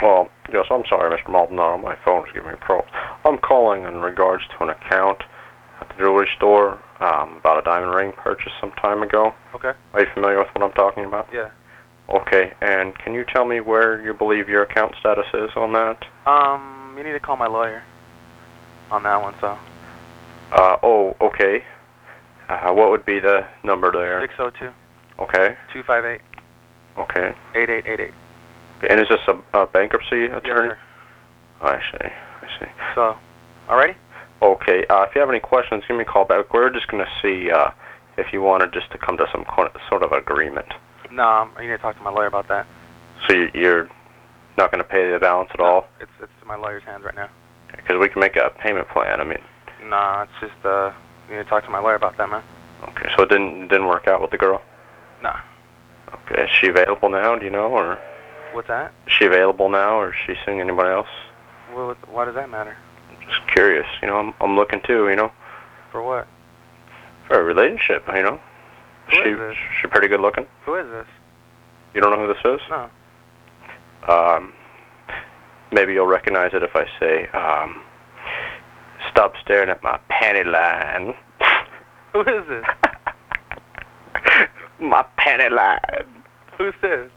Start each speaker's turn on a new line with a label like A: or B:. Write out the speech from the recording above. A: Yes, I'm sorry, Mr. Maldonado. My phone's giving me problems. I'm calling in regards to an account at the jewelry store um, about a diamond ring purchased some time ago.
B: Okay.
A: Are you familiar with what I'm talking about?
B: Yeah.
A: Okay, and can you tell me where you believe your account status is on that?
B: Um, you need to call my lawyer on that one. So
A: Uh, oh, okay. Uh, what would be the number there?
B: six zero two
A: Okay,
B: two five eight
A: okay.
B: eight eight eight eight.
A: And is this a, a bankruptcy attorney?
B: Yes, sir.
A: I see, I see.
B: So, alrighty.
A: Okay, uh, if you have any questions, give me a call back. We're just going to see uh, if you wanted just to come to some co- sort of agreement.
B: No, um, you need to talk to my lawyer about that.
A: So you- you're not going to pay the balance at
B: No,
A: all?
B: It's it's in my lawyer's hands right now.
A: Because we can make a payment plan. I mean,
B: Nah, it's just uh, you need to talk to my lawyer about that, man.
A: okay, so it didn't, didn't work out with the girl?
B: Nah.
A: Okay, is she available now, do you know? Or
B: What's that?
A: is she available now, or is she seeing anybody else?
B: What, why does that matter?
A: Just curious, you know, I'm, I'm looking too, you know,
B: For what?
A: for a relationship, you know.
B: Who
A: she,
B: is this?
A: she pretty good looking.
B: Who is this?
A: You don't know who this is?
B: No.
A: Um, maybe you'll recognize it if I say, um, stop staring at my panty line.
B: Who is this?
A: my panty line.
B: Who's this?